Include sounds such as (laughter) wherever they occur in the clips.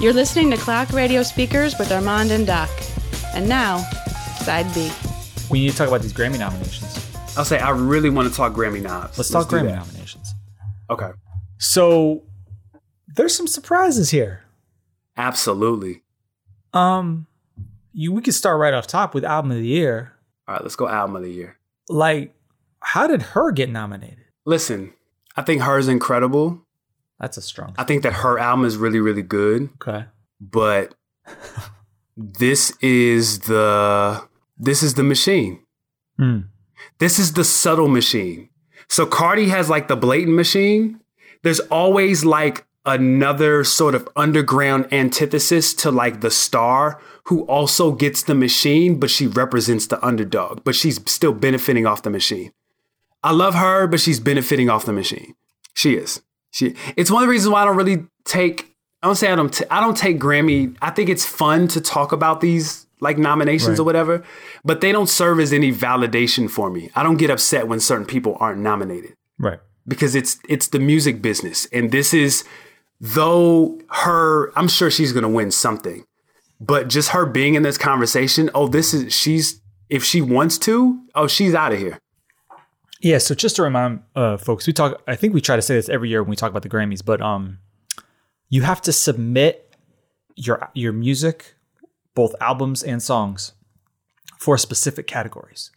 You're listening to Clock Radio Speakers with Armand and Doc. And now, Side B. We need to talk about these Grammy nominations. I'll say I really want to talk Grammy knobs. Let's, talk do Grammy that. nominations. Okay. So there's some surprises here. Absolutely. Um, you we could start right off top with album of the year. All right, let's go album of the year. Like, how did her get nominated? Listen, I think hers incredible. That's a strong. I think that her album is really, really good. Okay. (laughs) But this is the this is the machine. Hmm. Mm. This is the subtle machine. So Cardi has like the blatant machine. There's always like another sort of underground antithesis to like the star who also gets the machine, but she represents the underdog, but she's still benefiting off the machine. I love her, but she's benefiting off the machine. She is. She. It's one of the reasons why I don't really take. I don't say I don't. T- I don't take Grammy. I think it's fun to talk about these like nominations or Right. whatever, but they don't serve as any validation for me. I don't get upset when certain people aren't nominated Right. because it's it's the music business, and this is though her. I'm sure she's gonna win something, but just her being in this conversation. Oh, this is she's if she wants to. Oh, she's out of here. Yeah, so just to remind uh, folks, we talk. I think we try to say this every year when we talk about the Grammys, but um, you have to submit your your music, both albums and songs, for specific categories.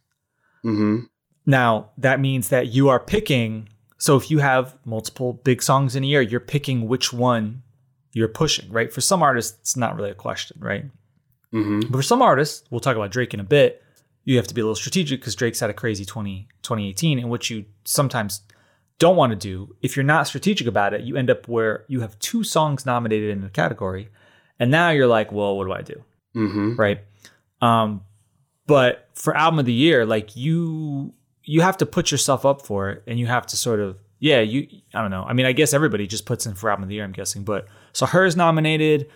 Mm-hmm. Now that means that you are picking. So if you have multiple big songs in a year, you're picking which one you're pushing, right? For some artists, it's not really a question, right? Mm-hmm. But for some artists, we'll talk about Drake in a bit. You have to be a little strategic because Drake's had a crazy 20, 2018, and what you sometimes don't want to do, if you're not strategic about it, you end up where you have two songs nominated in a category, and now you're like, well, what do I do? Mm-hmm. Right. Um, but for album of the year, like you you have to put yourself up for it and you have to sort of yeah, you I don't know. I mean, I guess everybody just puts in for album of the year, I'm guessing. But so hers nominated,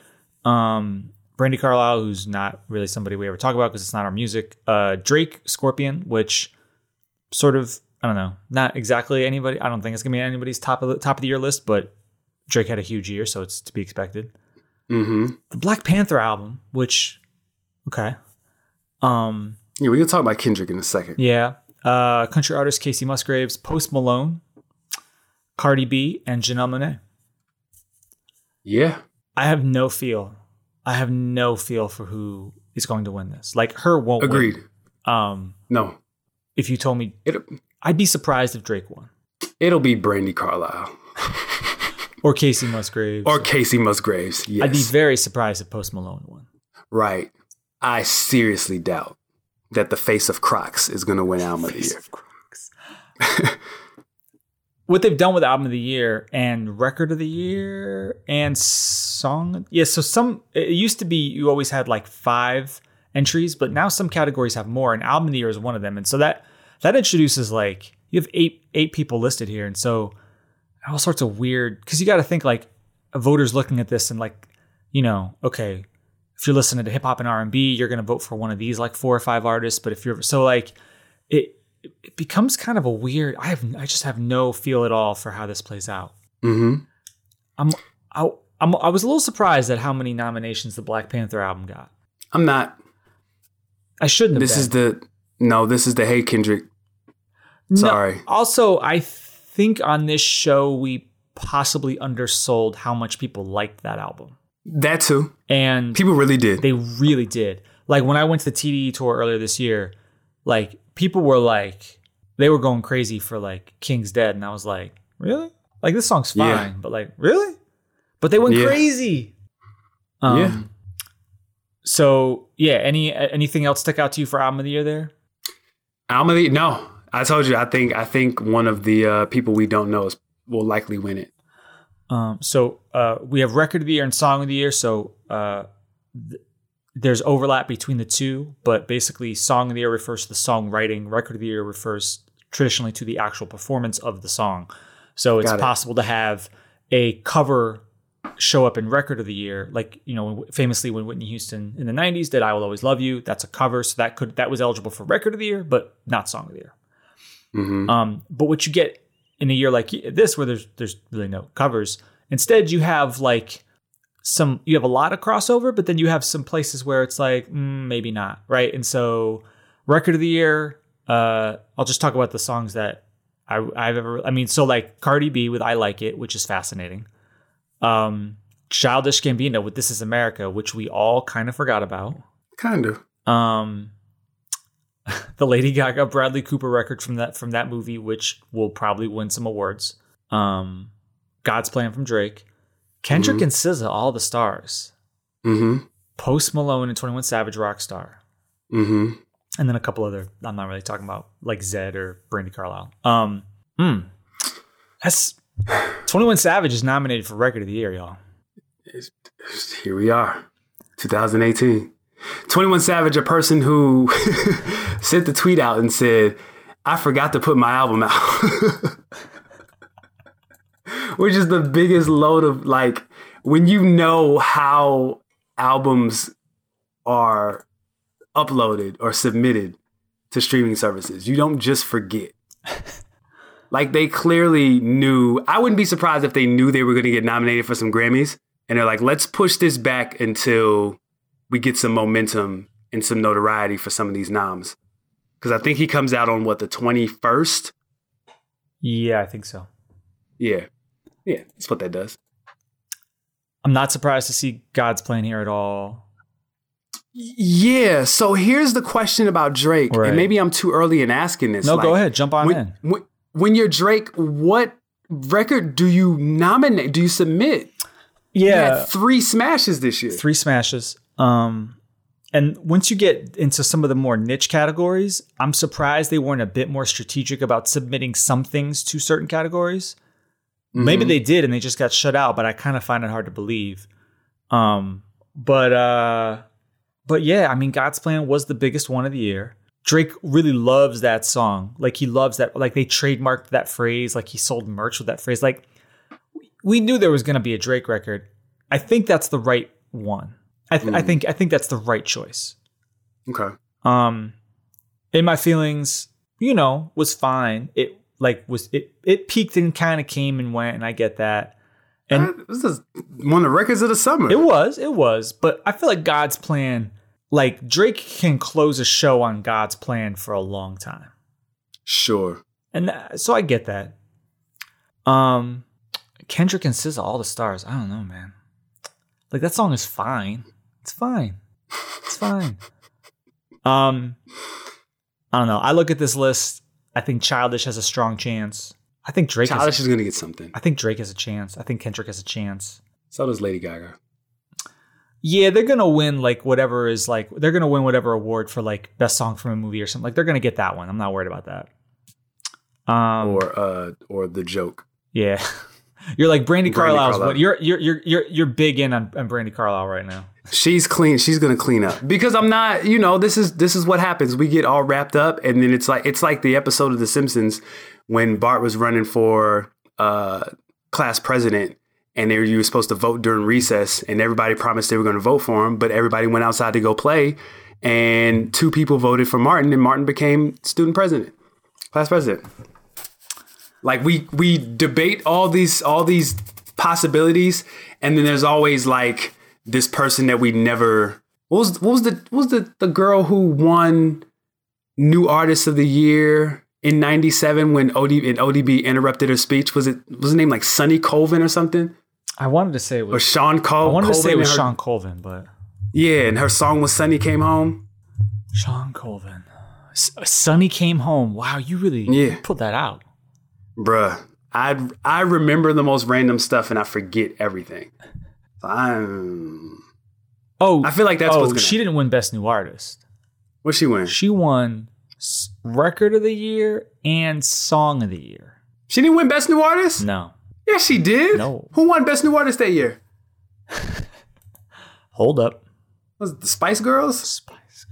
um, Brandy Carlisle, who's not really somebody we ever talk about because it's not our music. Uh Drake Scorpion, which sort of I don't know, not exactly anybody I don't think it's gonna be on anybody's top of the top of the year list, but Drake had a huge year, so it's to be expected Mm-hmm. the Black Panther album, which okay. Um Yeah, we can talk about Kendrick in a second. yeah. Uh country artist Casey Musgraves, Post Malone, Cardi B, and Janelle Monae. Yeah. I have no feel. I have no feel for who is going to win this. Like her won't win. Agreed. Um No. if you told me It I'd be surprised if Drake won. it'll be Brandy Carlisle Or Casey Musgraves. or Casey Musgraves. Yes. I'd be very surprised if Post Malone won. right. I seriously doubt that the face of Crocs is going to win album of the year. what they've done with album of the year and record of the year and song yeah so some it used to be you always had like five entries but now some categories have more and album of the year is one of them and so that that introduces like you have eight eight people listed here and so all sorts of weird because you got to think like a voters looking at this and like you know okay if you're listening to hip hop and r&b you're going to vote for one of these like four or five artists but if you're so like it it becomes kind of a weird i have i just have no feel at all for how this plays out Mm-hmm. i'm i I'm, I was a little surprised at how many nominations the Black Panther album got. I'm not. I shouldn't have. This is the no. This is the hey Kendrick. the sorry. Also, I think on this show we possibly undersold how much people liked that album, That too. and People really did. They really did. Like when I went to the TDE tour earlier this year, like people were like, they were going crazy for like King's Dead. And I was like, really? Like this song's fine, Yeah. but like, really? But they went Yeah. crazy. Um, Yeah. So yeah, any anything else stick out to you for album of the year there? album of the no. I told you. I think. I think one of the uh, people we don't know is will likely win it. Um, so uh, we have record of the year and song of the year. So uh, th- there's overlap between the two, but basically, song of the year refers to the songwriting. Record of the year refers traditionally to the actual performance of the song. So it's Got it. possible to have a cover show up in record of the year, like you know, famously when Whitney Houston in the '90s did "I Will Always Love You." That's a cover, so that could that was eligible for record of the year, but not song of the year. Mm-hmm. Um, but what you get in a year like this, where there's there's really no covers, instead you have like some you have a lot of crossover, but then you have some places where it's like mm, maybe not right. And so, record of the year. Uh, I'll just talk about the songs that I, I've ever. I mean, so like Cardi B with "I Like It," which is fascinating. Um, Childish Gambino with "This Is America," which we all kind of forgot about. Kind of. Um, (laughs) the Lady Gaga Bradley Cooper record from that from that movie, which will probably win some awards. Um, God's Plan from Drake, Kendrick Mhm. and SZA, all the stars. Mm-hmm. Post Malone and Twenty One Savage, Rockstar, Mm-hmm. and then a couple other. I'm not really talking about like Zed or Brandy Carlisle. Um, hmm. that's Twenty One Savage is nominated for Record of the Year, y'all. Here we are, 2018. 21 Savage, a person who (laughs) sent the tweet out and said, I forgot to put my album out. (laughs) Which is the biggest load of like when you know how albums are uploaded or submitted to streaming services, you don't just forget. like they clearly knew, I wouldn't be surprised if they knew they were going to get nominated for some Grammys and they're like, let's push this back until we get some momentum and some notoriety for some of these noms. Because I think he comes out on what the twenty first. Yeah, I think so. Yeah, yeah, that's what that does. I'm not surprised to see God's Plan here at all. Yeah. So here's the question about Drake, Right. and maybe I'm too early in asking this. No, like, go ahead, jump on in. When, when, when you're Drake, what record do you nominate? Do you submit? You had three smashes this year. three smashes. Um, and once you get into some of the more niche categories, I'm surprised they weren't a bit more strategic about submitting some things to certain categories. Maybe they did and they just got shut out, but I kind of find it hard to believe. Um, but uh, but yeah, I mean, God's Plan was the biggest one of the year. Drake really loves that song. Like he loves that. Like they trademarked that phrase. Like he sold merch with that phrase. Like we knew there was going to be a Drake record. I think that's the right one. I, th- I think I think that's the right choice. Okay. Um, in my feelings, you know, was fine. It like was it it peaked and kind of came and went, and I get that. And Uh, this is one of the records of the summer. it was, it was, but I feel like God's plan, like Drake can close a show on God's plan for a long time. sure. And uh, so I get that. Um Kendrick and SZA, all the stars. I don't know, man. Like that song is fine. It's fine. It's fine. um I don't know. I look at this list. I think Childish has a strong chance. I think Drake Childish has is gonna get something. I think Drake has a chance. I think Kendrick has a chance. So does Lady Gaga. Yeah, they're gonna win like whatever is like they're gonna win whatever award for like best song from a movie or something. Like they're gonna get that one. I'm not worried about that. Um or uh or the joke. Yeah. (laughs) You're like Brandy Brandi Carlisle's Carlile. what you're you're you're you're you're big in on, on Brandy Carlisle right now. She's clean. She's gonna clean up because I'm not. You know, this is this is what happens. We get all wrapped up, and then it's like it's like the episode of The Simpsons when Bart was running for uh, class president, and they were, you were supposed to vote during recess, and everybody promised they were going to vote for him, but everybody went outside to go play, and two people voted for Martin, and Martin became student president, class president. Like we we debate all these all these possibilities, and then there's always like this person that we never what was what was the what was the the girl who won new artist of the year in 97 when OD and ODB interrupted her speech was it was the name like Sonny Colvin or something I wanted to say it or was Sean Col- I wanted Oh, Colvin to say it was and her- Sean Colvin, but yeah and her song was Sonny came home Sean Colvin. S- uh, Sonny came home. Wow, you really Yeah. you pulled that out. bruh I I remember the most random stuff and I forget everything so I'm Oh, I feel like that's oh, what's gonna she didn't win Best New Artist. what she win She won s- Record of the Year and Song of the Year. she didn't win best new artist No, yeah she did Mm. No. who won best new artist that year hold up, was it the Spice Girls Spice.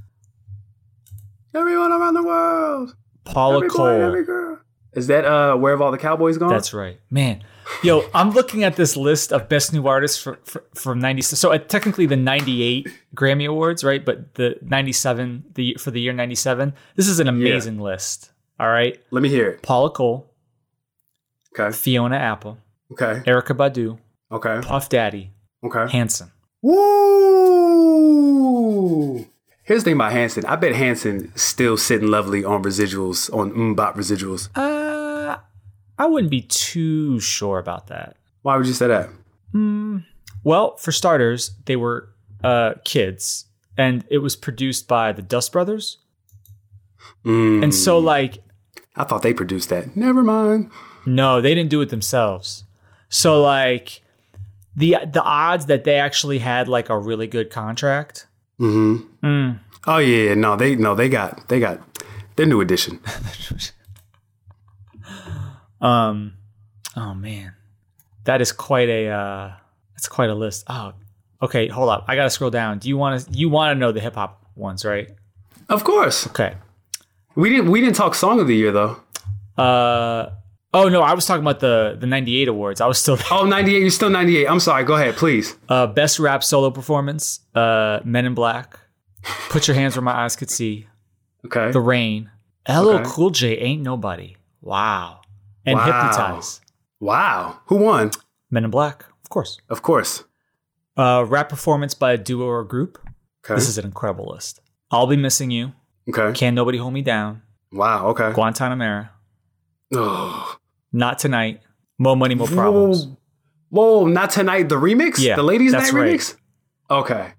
everyone around the world Paula Every boy, Cole. every girl. Is that uh where have all the cowboys gone? That's right, man. Yo, I'm looking at this list of best new artists for, for, from '96. So uh, technically the '98 Grammy Awards, right? But the '97, the for the year '97. This is an amazing list. All right, Let me hear it. Paula Cole, Okay. Fiona Apple, Okay. Erica Badu, Okay. Puff Daddy, Okay. Hanson. Woo! Here's the thing about Hanson. I bet Hanson still sitting lovely on residuals, on Mbop residuals. Uh, I wouldn't be too sure about that. Why would you say that? Hmm. Well, for starters, they were uh, kids, and it was produced by the Dust Brothers. And so, like, Mm. I thought they produced that. Never mind. No, they didn't do it themselves. So like the the odds that they actually had like a really good contract. Mm-hmm. Mm. Oh yeah, yeah, no, they no, they got they got their new edition. Um oh man. That is quite a uh that's quite a list. Oh. Okay, hold up. I got to scroll down. Do you want to you want to know the hip hop ones, right? Of course. Okay. We didn't we didn't talk song of the year though. Uh Oh no, I was talking about the the 98 awards. I was still (laughs) Oh, 98, you're still 98. I'm sorry. Go ahead, please. uh best rap solo performance, uh Men in Black, Put Your Hands Where My Eyes Could See, Okay. The Rain. LL Okay. Cool J ain't nobody. Wow. And Wow. Hypnotize. wow. Who won? Men in Black, of course. Of course. Uh, rap performance by a duo or group. Okay. This is an incredible list. I'll be missing you. okay. Can nobody hold me down? Wow. Okay. Guantanamera. Oh. Not tonight. More money, more problems. Whoa. Whoa, not tonight. The remix? Yeah, The ladies' that's night right. remix? Okay.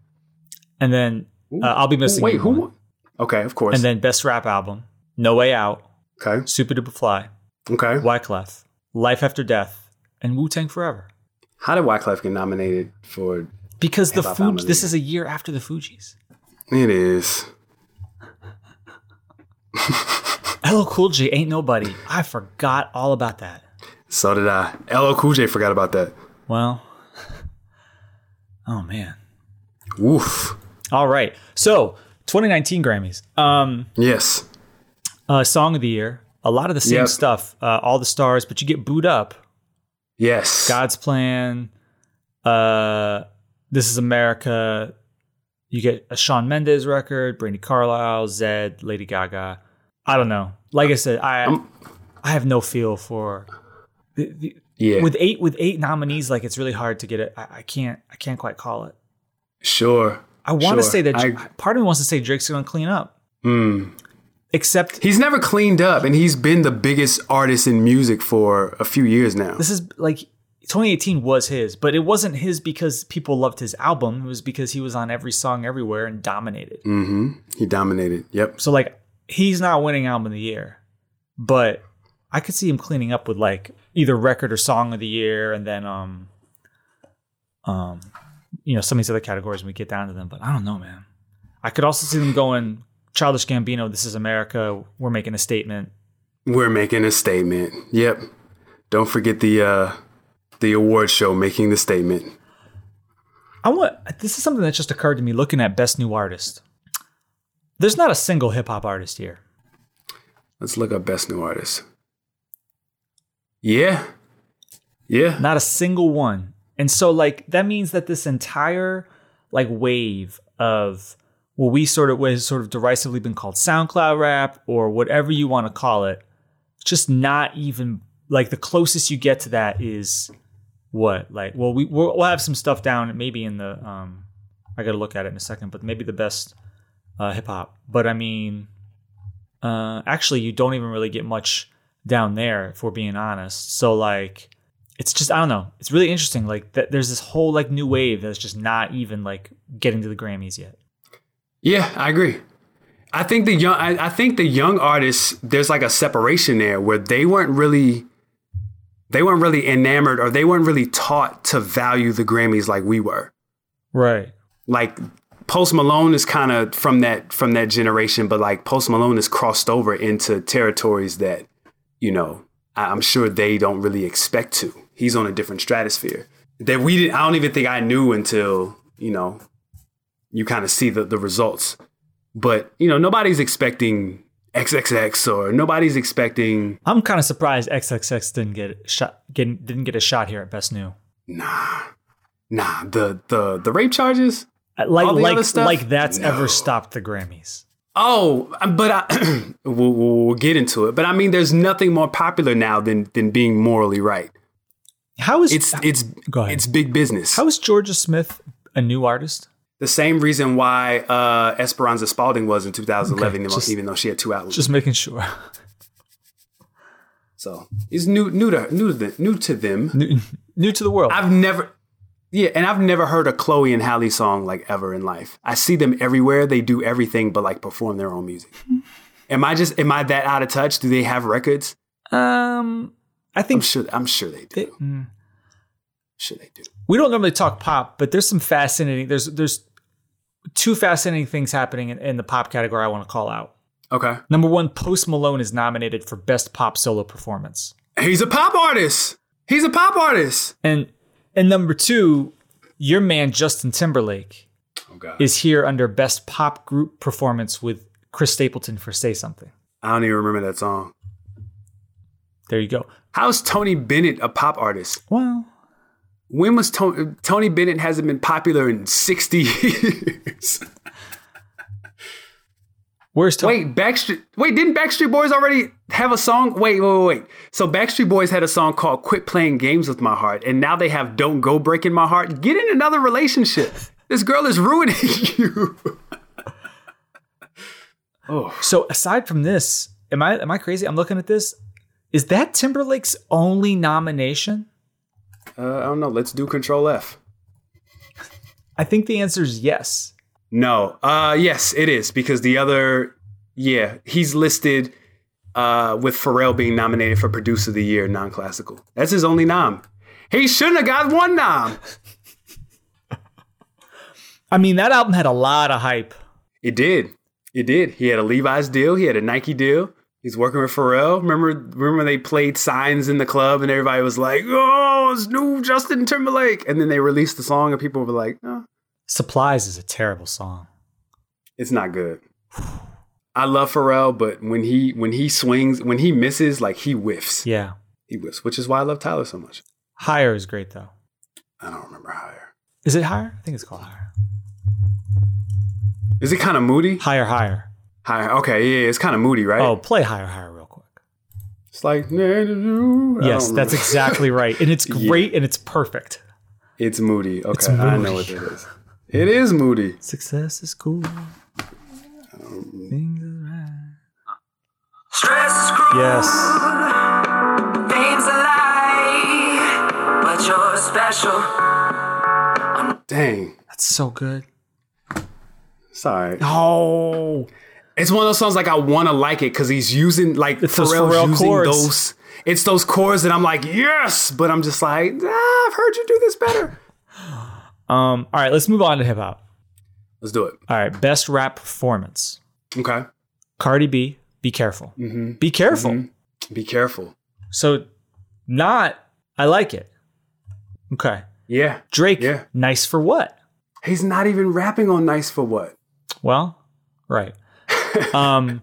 And then Ooh. uh, I'll be missing Wait, you. who won. won? Okay, of course. And then best rap album. No way out. okay. Super Duper Fly. Okay. Wyclef. Life After Death. And Wu Tang Forever. How did Wyclef get nominated for Because the Hip-hop Fuji. album. This is a year after the Fugees. it is? LL Cool J ain't nobody. I forgot all about that. So did I. LL Cool J forgot about that. Well, (laughs) oh man. Woof. All right. So 2019 Grammys. Um, Yes. uh, song of the year. A lot of the same Yep. stuff. Uh, all the stars, but you get booed up. Yes. God's plan. Uh, this is America. You get a Sean Mendes record, Brandy Carlisle, Zed, Lady Gaga. I don't know. Like I said, I I'm- I have no feel for the, the, yeah. with eight with eight nominees. Like it's really hard to get it. I, I can't I can't quite call it. sure. I want to Sure. say that I- Hmm. part of me wants to say Drake's going to clean up. Except He's never cleaned up, and he's been the biggest artist in music for a few years now. this is like 2018 was his, but it wasn't his because people loved his album. It was because he was on every song everywhere and dominated. He dominated. Yep. So like he's not winning album of the year, but I could see him cleaning up with like either record or song of the year, and then um, um, you know some of these other categories when we get down to them. But I don't know, man. I could also see them going Childish Gambino. This is America. We're making a statement. We're making a statement. Yep. Don't forget the uh the award show making the statement. I want this is something that just occurred to me looking at best new artist. There's not a single hip hop artist here. Let's look up best new artist. Yeah. Yeah. (laughs) Not a single one. And so like that means that this entire like wave of what we sort of what has sort of derisively been called SoundCloud rap or whatever you want to call it, just not even like the closest you get to that is what like well we we'll, we'll have some stuff down maybe in the um I got to look at it in a second but maybe the best uh, hip hop but I mean uh actually you don't even really get much down there if we're being honest so like it's just I don't know. It's really interesting. Like that, there's this whole like new wave that's just not even like getting to the Grammys yet. Yeah, I agree. I think the young I, I think the young artists, there's like a separation there where they weren't really they weren't really enamored or they weren't really taught to value the Grammys like we were. Right. like Post Malone is kind of from that from that generation, but like Post Malone is crossed over into territories that you know I- I'm sure they don't really expect to. He's on a different stratosphere that we didn't. I don't even think I knew until you know you kind of see the the results. But you know nobody's expecting XXX or nobody's expecting I'm kind of surprised XXX didn't get shot. Getting, didn't get a shot here at Best New. nah nah the the the rape charges. Uh, Like All the like other stuff? like that's No. ever stopped the Grammys. Oh, but I, (clears throat) we'll, we'll, we'll get into it. But I mean, there's nothing more popular now than than being morally right. How is It's it's Go ahead. it's big business. how is Georgia Smith a new artist? the same reason why uh, Esperanza Spalding was in 2011, Okay, even though- just- even though she had two albums. Just making sure. (laughs) so it's new new to new to the, new to them. New, new to the world. I've never. Yeah, and I've never heard a Chloe and Halle song like ever in life. I see them everywhere. They do everything but like perform their own music. am I just am I that out of touch? Do they have records? um, I I'm think sure I'm sure they do. they- mm. sure they do. we don't normally talk pop, but there's some fascinating. There's there's two fascinating things happening in, in the pop category. I want to call out. Okay. Number one, Post Malone is nominated for Best Pop Solo Performance. He's a pop artist. He's a pop artist. And and number two, your man Justin Timberlake Oh god. is here under Best Pop Group Performance with Chris Stapleton for Say Something. I don't even remember that song. There you go. How's Tony Bennett a pop artist? Well, When was Tony Tony Bennett hasn't been popular in 60 (laughs) years? where's Tony? wait, Backstreet Wait, didn't Backstreet Boys already have a song? Wait, wait, wait, wait. So Backstreet Boys had a song called Quit Playing Games with My Heart, and now they have Don't Go Breaking My Heart. Get in another relationship. This girl is ruining (laughs) you. oh. So aside from this, am I am I crazy? I'm looking at this. Is that Timberlake's only nomination? Uh, I don't know. Let's do Control F. I think the answer is yes. No. Uh yes, it is because the other yeah, he's listed uh with Pharrell being nominated for producer of the year non-classical. That's his only nom. He shouldn't have got one nom. I mean, that album had a lot of hype. It did. It did. He had a Levi's deal, he had a Nike deal. He's working with Pharrell. Remember remember when they played signs in the club and everybody was like, "Oh, it's new Justin Timberlake." And then they released the song and people were like, "Oh, Supplies is a terrible song. it's not good. I love Pharrell, but when he when he swings, when he misses, like he whiffs. Yeah. He whiffs, which is why I love Tyler so much. Higher is great though. I don't remember higher. Is it higher? I think it's called higher. Is it kind of moody? Higher, higher. Higher. Okay, yeah, it's kind of moody, right? Oh, play higher, higher real quick. It's like yes, Yes, that's exactly right. And it's Yeah. great and it's perfect. (laughs) It's moody. Okay, It's I know what moody. that is. It is moody. Success is cool. Things are right. Stress is cruel, Yes. pain's a lie, but you're special. Dang, That's so good. sorry. Oh. It's one of those songs like I want to like it because he's using like It's those Pharrell's Pharrell using chords. those. It's those chords that I'm like yes, but I'm just like ah, I've heard you do this better. Um, all right, let's move on to hip hop. Let's do it. All right, best rap performance. Okay. Cardi B, be careful. Mm-hmm. Be careful. Be careful. So, not, I like it. Okay. Yeah. Drake, Yeah. nice for what? He's not even rapping on Nice for What. Well, (laughs) right. Um,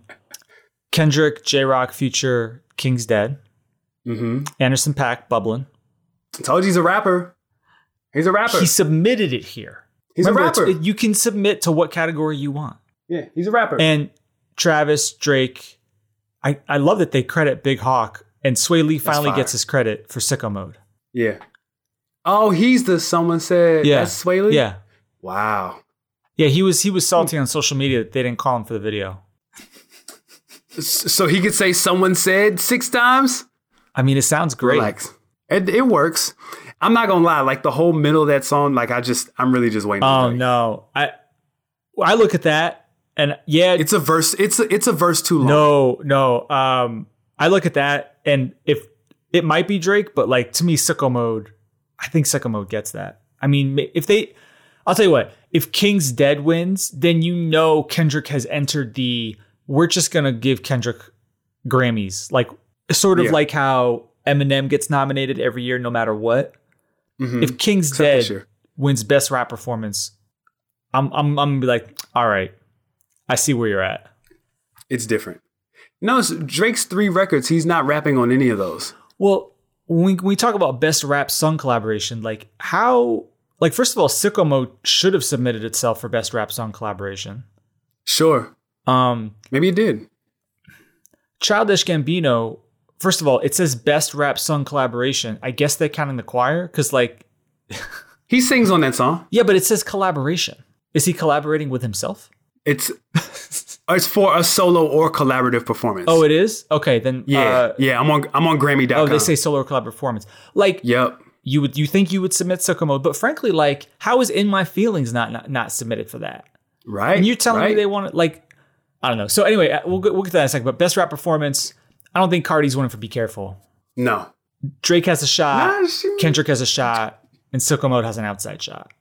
Kendrick, J Rock, Future, King's Dead, Mm-hmm. Anderson Pack, Bublin. Told you he's a rapper. He's a rapper. He submitted it here. He's a it's- rapper. it- you can submit to what category you want. yeah, he's a rapper. And Travis, Drake, I, I love that they credit Big Hawk and Sway Lee finally fire. gets his credit for Sicko Mode. yeah. Oh, he's the someone said. Yeah. Yeah. That's Swae Lee? Yeah. Wow. Yeah, he was he was salty on social media that they didn't call him for the video. S- So he could say someone said six times. I mean, it sounds great. Relax. It, it works. I'm not gonna lie. Like the whole middle of that song, like I just, I'm really just waiting. Oh for it. no. I I look at that and yeah, It's a verse. It's a, it's a verse too long. no, no. Um I look at that and if it might be Drake, but like to me Sicko Mode, I think Sicko Mode gets that. I mean, ma- if they I'll tell you what, if King's Dead wins, then you know Kendrick has entered the we're just going to give Kendrick Grammys. Like sort of Yeah. like how Eminem gets nominated every year no matter what. Mhm. If King's Except this Dead year. wins best rap performance, I'm I'm I'm gonna be like, all right, I see where you're at. It's different. No, it's Drake's three records. He's not rapping on any of those. Well, when we talk about best rap song collaboration, like how like first of all, Sicko Mode should have submitted itself for best rap song collaboration. Sure, Um maybe it did. Childish Gambino first of all, it says best rap song collaboration. I guess they're counting the choir because, like, He sings on that song. yeah, but it says collaboration. Is he collaborating with himself? It's it's for a solo or collaborative performance. Oh, it is. Okay, then yeah, uh, yeah. I'm on I'm on Grammy.com. oh, they say solo or collab performance. Like Yep. you would, you think you would submit Sokomo, but frankly, like, how is In My Feelings not not, not submitted for that? Right. And you're telling me right. they want to like, I don't know. So anyway, uh, we'll get- we'll get to that in a second. But best rap performance, I don't think Cardi's winning for Be Careful. no. Drake has a shot. Nah, she- Kendrick has a shot, and Sicko Mode has an outside shot.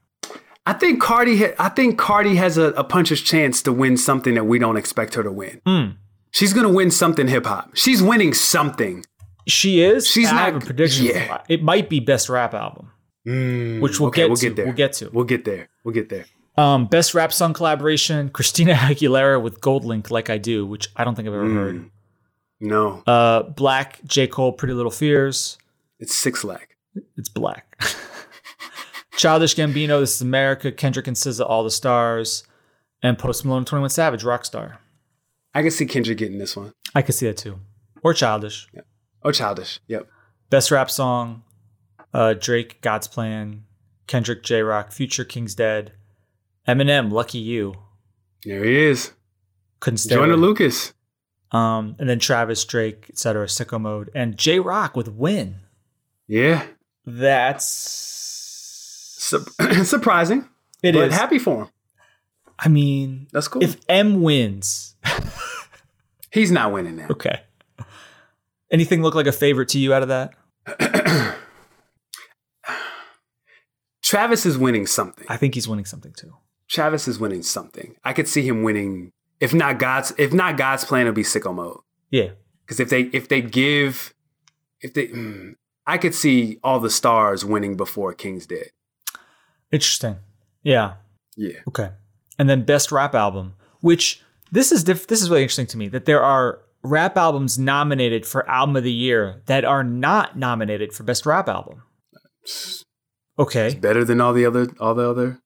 I think Cardi. Ha- I think Cardi has a, a puncher's chance to win something that we don't expect her to win. Hmm. She's gonna win something hip hop. She's winning something. She is. She's and I not- have a prediction. yeah. Mm, for it. It might be best rap album, which we'll okay, get we'll to. get there. We'll get to. We'll get there. We'll get there. Um, best rap song collaboration: Christina (laughs) Aguilera with Gold Link, "Like I Do," which I don't think I've ever Mm. heard. No, Uh, Black J Cole, "Pretty Little Fears." it's six lakh. It's Black. (laughs) Childish Gambino, "This Is America." Kendrick and SZA, "All the Stars," and Post Malone, Twenty One Savage, "Rockstar." I can see Kendrick getting this one. I could see that too. Or Childish. Oh, childish. Yep. Best rap song, uh, Drake, God's Plan, Kendrick, J Rock, Future, King's Dead, Eminem, Lucky You, There he is. couldn't stay. Joyner away. Lucas. Um, and then Travis, Drake, etc. Sicko Mode, and J Rock with Win. Yeah. That's Sup (clears throat) surprising. it but is. happy for him. I mean, That's cool. if M wins, He's not winning that. okay. Anything look like a favorite to you out of that? Travis is winning something. I think he's winning something too. Travis is winning something. I could see him winning. If not God's, if not God's plan, it'll be sicko mode. Yeah, Because if they if they give, if they, mm, I could see all the stars winning before King's dead. interesting. Yeah, Yeah. Okay. And then best rap album, which this is diff- this is really interesting to me that there are rap albums nominated for album of the year that are not nominated for best rap album. Okay. Better than all the other all the other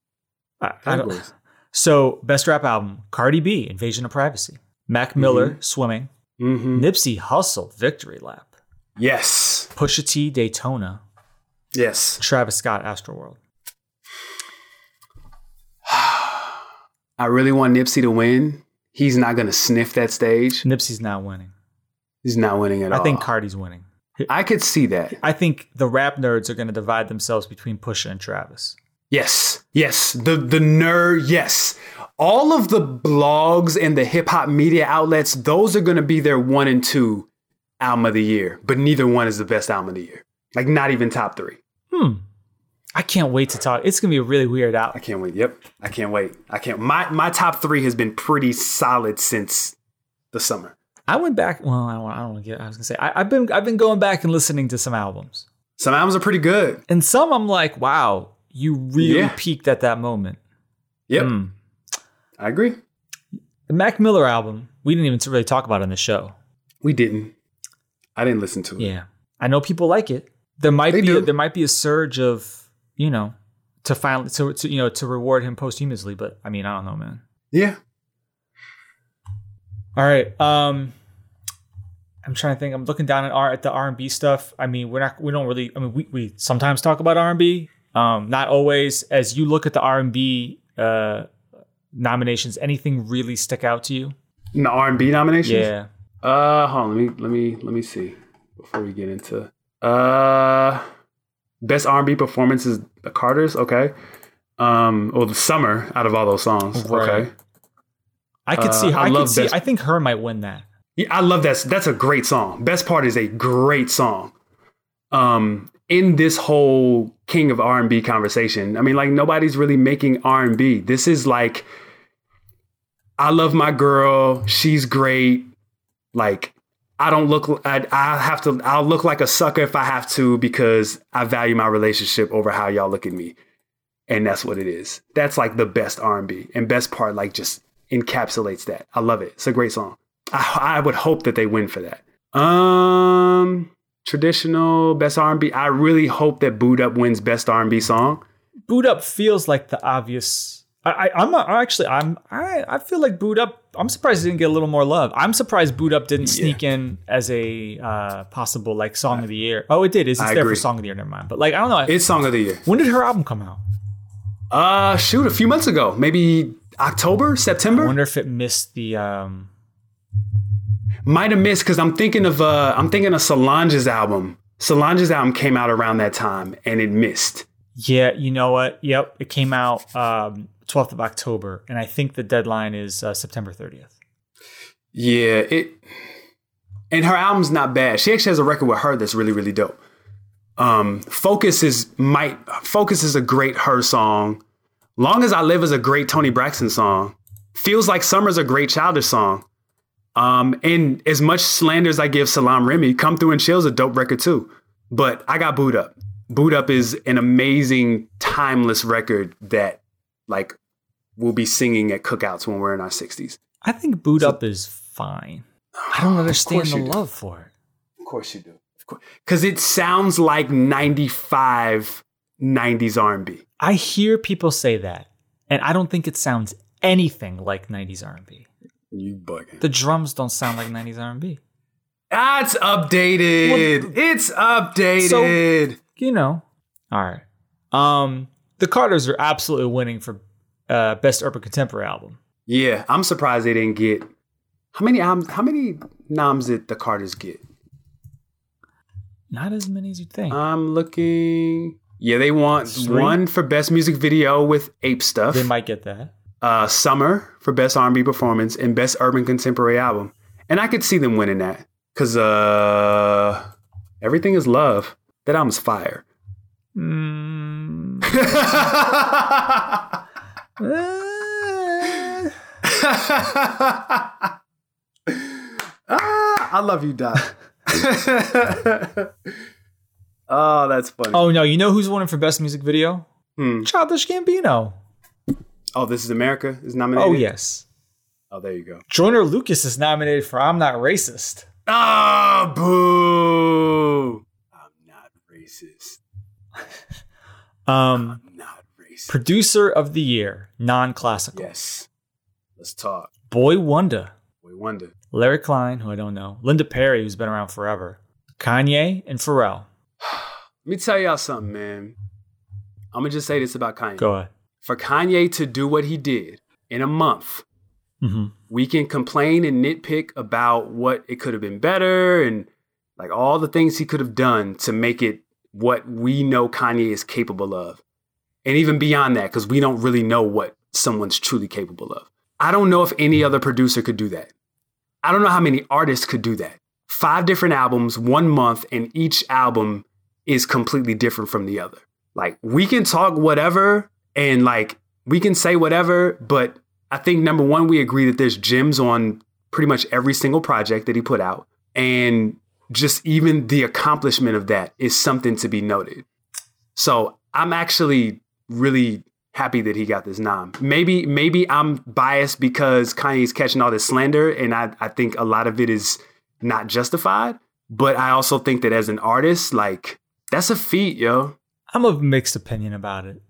I- I don't- categories. so best rap album: Cardi B, Invasion of Privacy; Mac Miller, Swimming; Mm-hmm. Nipsey Hussle, Victory Lap; Yes. Pusha T, Daytona; Yes. Travis Scott, Astroworld. I really want Nipsey to win. He's not gonna sniff that stage. Nipsey's not winning. He's not winning at all. I think Cardi's winning. I could see that. I think the rap nerds are going to divide themselves between Pusha and Travis. Yes, yes, the the nerd, yes. All of the blogs and the hip hop media outlets, those are going to be their one and two album of the year, but neither one is the best album of the year. Like not even top three. Hmm. I can't wait to talk. It's gonna be a really weird I out. can't wait. Yep, I can't wait. I can't. My my top three has been pretty solid since the summer. I went back. Well, I don't, I don't want to get. I was gonna say I, I've been I've been going back and listening to some albums, Some albums are pretty good. and some I'm like, wow, you really Yeah. peaked at that moment. Yep, Hmm. I agree. The Mac Miller album, we didn't even really talk about on the show. We didn't. I didn't listen to it. Yeah, I know people like it. There might They be do. there might be a surge of you know to finally to, to you know to reward him posthumously, but I mean I don't know, man. Yeah. All right. Um I'm trying to think. I'm looking down at R at the R and B stuff. I mean, we're not we don't really I mean we, we sometimes talk about R and B. Um, not always. As you look at the R and B uh nominations, anything really stick out to you? In the R and B nominations. Yeah. Uh, hold on. Let me let me let me see before we get into uh best R and B performance is the Carters. Okay. Um, well, the summer out of all those songs. Right. Okay. I could Uh, see her. I I, could love see Best- I think her might win that. Yeah, I love that. That's a great song. Best part is a great song. Um, in this whole king of R and B conversation, I mean, like nobody's really making R and B. This is like, I love my girl. She's great. Like, I don't look. I, I have to. I'll look like a sucker if I have to because I value my relationship over how y'all look at me, and that's what it is. That's like the best R and B, and best part like just encapsulates that. I love it. It's a great song. I, I would hope that they win for that. Um, traditional best R and B. I really hope that Boot Up wins best R and B song. Boot Up feels like the obvious I, I, I'm not- I actually I'm I, I feel like Boot Up. I'm surprised it didn't get a little more love. I'm surprised Boot Up didn't sneak in as a uh, possible like song of the year. Oh, it did. Is it's I there for agree. song of the year? Never mind. But like I don't know. It's song of the year. when did her album come out? Uh, shoot, a few months ago, maybe October, I September. wonder if it missed the. Um, Might have missed because I'm thinking of uh, I'm thinking of Solange's album. Solange's album came out around that time and it missed. yeah, you know what? Yep, it came out um, 12th of October, and I think the deadline is uh, September 30th. Yeah, it. And her album's not bad. She actually has a record with her that's really really dope. Um, Focus is might Focus is a great her song. Long as I Live is a great Tony Braxton song. Feels Like Summer's a great Childish song. Um, and as much slander as I give Salam Remy, Come Through and Chill's a dope record too. But I got Boot Up. Boot Up is an amazing, timeless record that like we'll be singing at cookouts when we're in our 60s. I think Boot Up is fine. I don't understand the you do. love for it. Of course you do. Of course. Cuz it sounds like 95 90s R&B. I hear people say that, and I don't think it sounds anything like 90s R&B. You bugging. The drums don't sound like 90s R&B. That's Ah, updated. it's updated. You know. All right. Um, the Carters are absolutely winning for uh, best urban contemporary album. yeah, I'm surprised they didn't get How many albums, how many noms did the Carters get? Not as many as you'd think. I'm looking. Yeah, they want Three? one for best music video with Ape Stuff. they might get that. uh, Summer for best R&B performance and best urban contemporary album. And I could see them winning that because uh, everything is love. That album's (laughs) fire. Mm, eh. ah, I love you, Doc. (laughs) oh, that's funny. Oh. oh no! You know who's winning for best music video? Hmm. Childish Gambino. oh, This Is America is Oh nominated. yes. Oh, there you go. Joyner Lucas is nominated for I'm Not Racist. Ah, boo. I'm not racist. Um, Not racist. producer of the year, non-classical. Yes. Let's talk. Boy Wonder, We wonder. Larry Klein, who I don't know, Linda Perry, who's been around forever, Kanye, and Pharrell. Let me tell y'all something, man. I'm gonna just say this about Kanye. Go ahead. For Kanye to do what he did in a month, hmm we can complain and nitpick about what it could have been better and like all the things he could have done to make it what we know Kanye is capable of. And even beyond that, because we don't really know what someone's truly capable of. I don't know if any other producer could do that. I don't know how many artists could do that. Five different albums, one month, and each album is completely different from the other. Like, we can talk whatever and like we can say whatever, but I think number one, we agree that there's gems on pretty much every single project that he put out. And just even the accomplishment of that is something to be noted. So I'm actually really happy that he got this nom. Maybe, maybe I'm biased because Kanye's catching all this slander, and I, I think a lot of it is not justified. But I also think that as an artist, like that's a feat, yo. I'm of mixed opinion about it.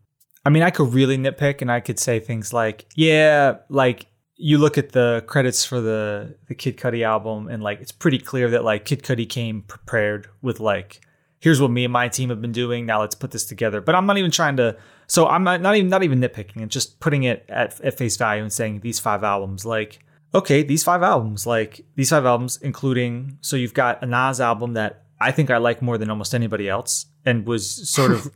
I mean, I could really nitpick and I could say things like, yeah, like you look at the credits for the the Kid Cudi album and like it's pretty clear that like Kid Cudi came prepared with like here's what me and my team have been doing, now let's put this together. But I'm not even trying to so I'm not, not even not even nitpicking and just putting it at, at face value and saying these five albums like okay, these five albums, like these five albums, including so you've got a Nas album that I think I like more than almost anybody else, and was sort of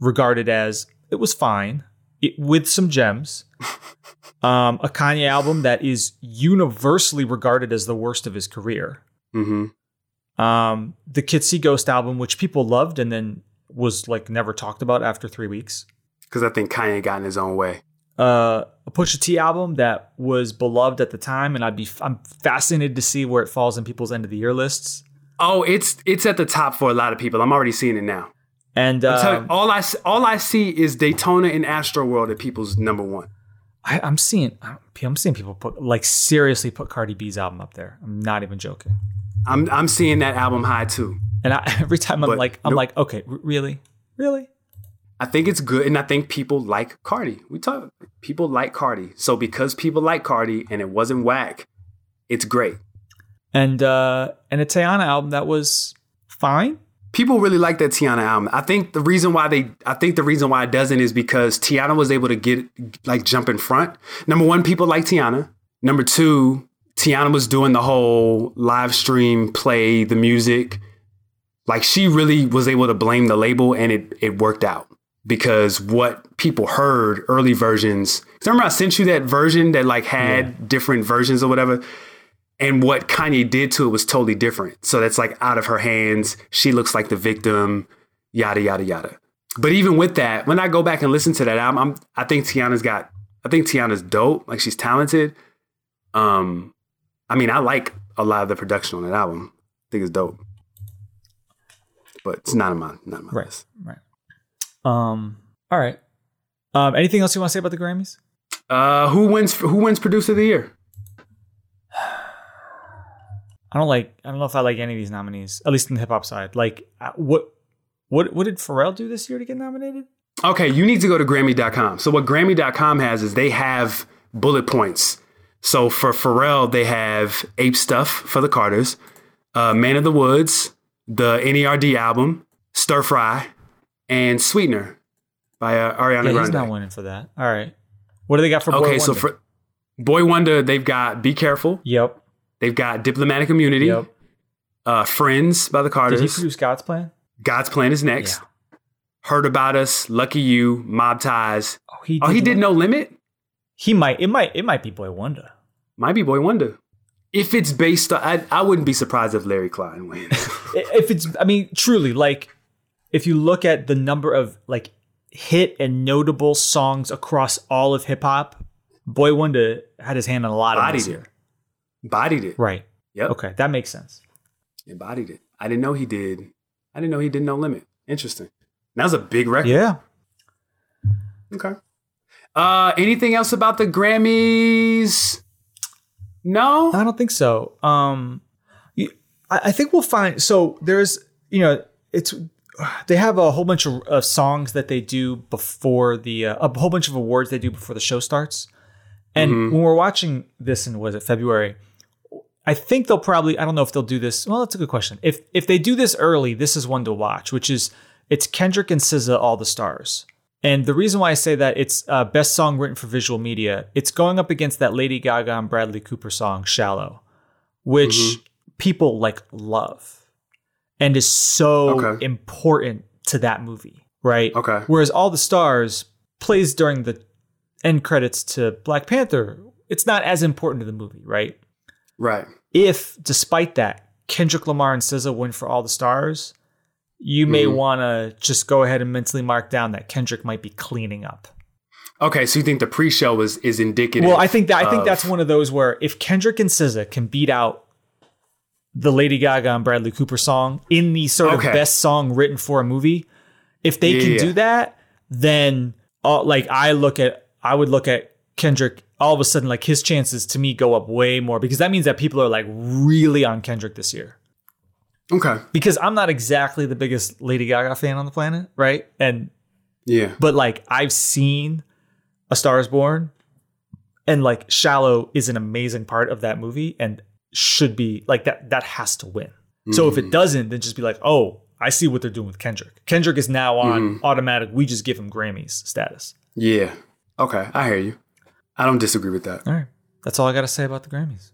regarded as it was fine it, with some gems. Um, a Kanye album that is universally regarded as the worst of his career. Mm-hmm. Um, the Kitsy Ghost album, which people loved and then was like never talked about after three weeks. Because I think Kanye got in his own way. uh, a Pusha T album that was beloved at the time, and I'd be I'm fascinated to see where it falls in people's end of the year lists. Oh, it's it's at the top for a lot of people. I'm already seeing it now. And I'm telling you, um, all I s- all I see is Daytona and Astroworld at people's number one. I, I'm seeing I'm seeing people put like seriously put Cardi B's album up there. I'm not even joking. I'm I'm seeing that album high too. And I, (laughs) every time I'm But like I'm nope. like okay r- really really I think it's good, and I think people like Cardi. We talk people like Cardi, so because people like Cardi, and it wasn't whack, it's great. And uh, and a Tiana album that was fine. People really like that Tiana album. I think the reason why they, I think the reason why it doesn't is because Tiana was able to get like jump in front. Number one, people like Tiana. Number two, Tiana was doing the whole live stream, play the music. Like she really was able to blame the label, and it it worked out because what people heard early versions. Cause remember, I sent you that version that like had different versions or whatever, and what Kanye did to it was totally different. So that's like out of her hands. She looks like the victim. Yada yada yada. But even with that, when I go back and listen to that album, I'm, I think Tiana's got. I think Tiana's dope. Like she's talented. Um, I mean, I like a lot of the production on that album. I think it's dope. But it's not in my not in my Right. list. Right. Um. All right. Um. Anything else you want to say about the Grammys? Uh, who wins? Who wins Producer of the Year? I don't like. I don't know if I like any of these nominees. At least in the hip hop side. Like, uh, what, what, what did Pharrell do this year to get nominated? Okay, you need to go to Grammy.com. So what Grammy.com has is they have bullet points. So for Pharrell, they have Ape Stuff for the Carters, uh, Man of the Woods, the NERD album, Stir Fry, and Sweetener by uh, Ariana Yeah, Grande. he's not winning for that. All right. What do they got for? Boy okay, so Wonder? for Boy Wonder, they've got Be Careful, Yep. they've got Diplomatic Immunity, Yep. uh, Friends by the Did he Carters, produce God's Plan? God's Plan is Next, Heard About Us, Lucky You, Mob Ties. Oh, he. Oh, he did win. No Limit? He might. It might. It might be Boy Wonder. might be Boy Wonder. If it's based on, I, I wouldn't be surprised if Larry Klein wins. I- If it's. I mean, truly, like, if you look at the number of like hit and notable songs across all of hip hop, Boy Wonder had his hand on a lot of them Bodied this year. it. (laughs) Bodied it. Right. Yep. Okay, that makes sense. Embodied it. I didn't know he did. I didn't know he did No Limit. Interesting. That was a big record. Yeah. Okay. Uh, anything else about the Grammys? No. I don't think so. Um, you- I, I think we'll find. So there's, you know, it's they have a whole bunch of, of songs that they do before the uh, a whole bunch of awards they do before the show starts. And when we're watching this in was it February, I think they'll probably I don't know if they'll do this. Well, that's a good question. If if they do this early, this is one to watch, which is it's Kendrick and SZA, All the Stars. And the reason why I say that it's uh, best song written for visual media, it's going up against that Lady Gaga and Bradley Cooper song "Shallow," which Mm-hmm. people like love, and is so Okay. important to that movie, right? Okay. Whereas "All the Stars" plays during the end credits to Black Panther. It's not as important to the movie, right? Right. if despite that Kendrick Lamar and SZA win for all the stars, you may want to just go ahead and mentally mark down that Kendrick might be cleaning up. Okay. So you think the pre-show was is indicative? Well, I think that I think of- that's one of those where if Kendrick and SZA can beat out the Lady Gaga and Bradley Cooper song in the sort Okay. of best song written for a movie, if they Yeah. can do that, then all, like I look at I would look at Kendrick all of a sudden like his chances to me go up way more because that means that people are like really on Kendrick this year. Okay. because I'm not exactly the biggest Lady Gaga fan on the planet, right? And Yeah. but like I've seen A Star Is Born, and like Shallow is an amazing part of that movie and should be like that. That has to win. So if it doesn't, then just be like, oh, I see what they're doing with Kendrick. Kendrick is now on automatic. We just give him Grammys status. Yeah. Okay. I hear you. I don't disagree with that. All right, that's all I got to say about the Grammys.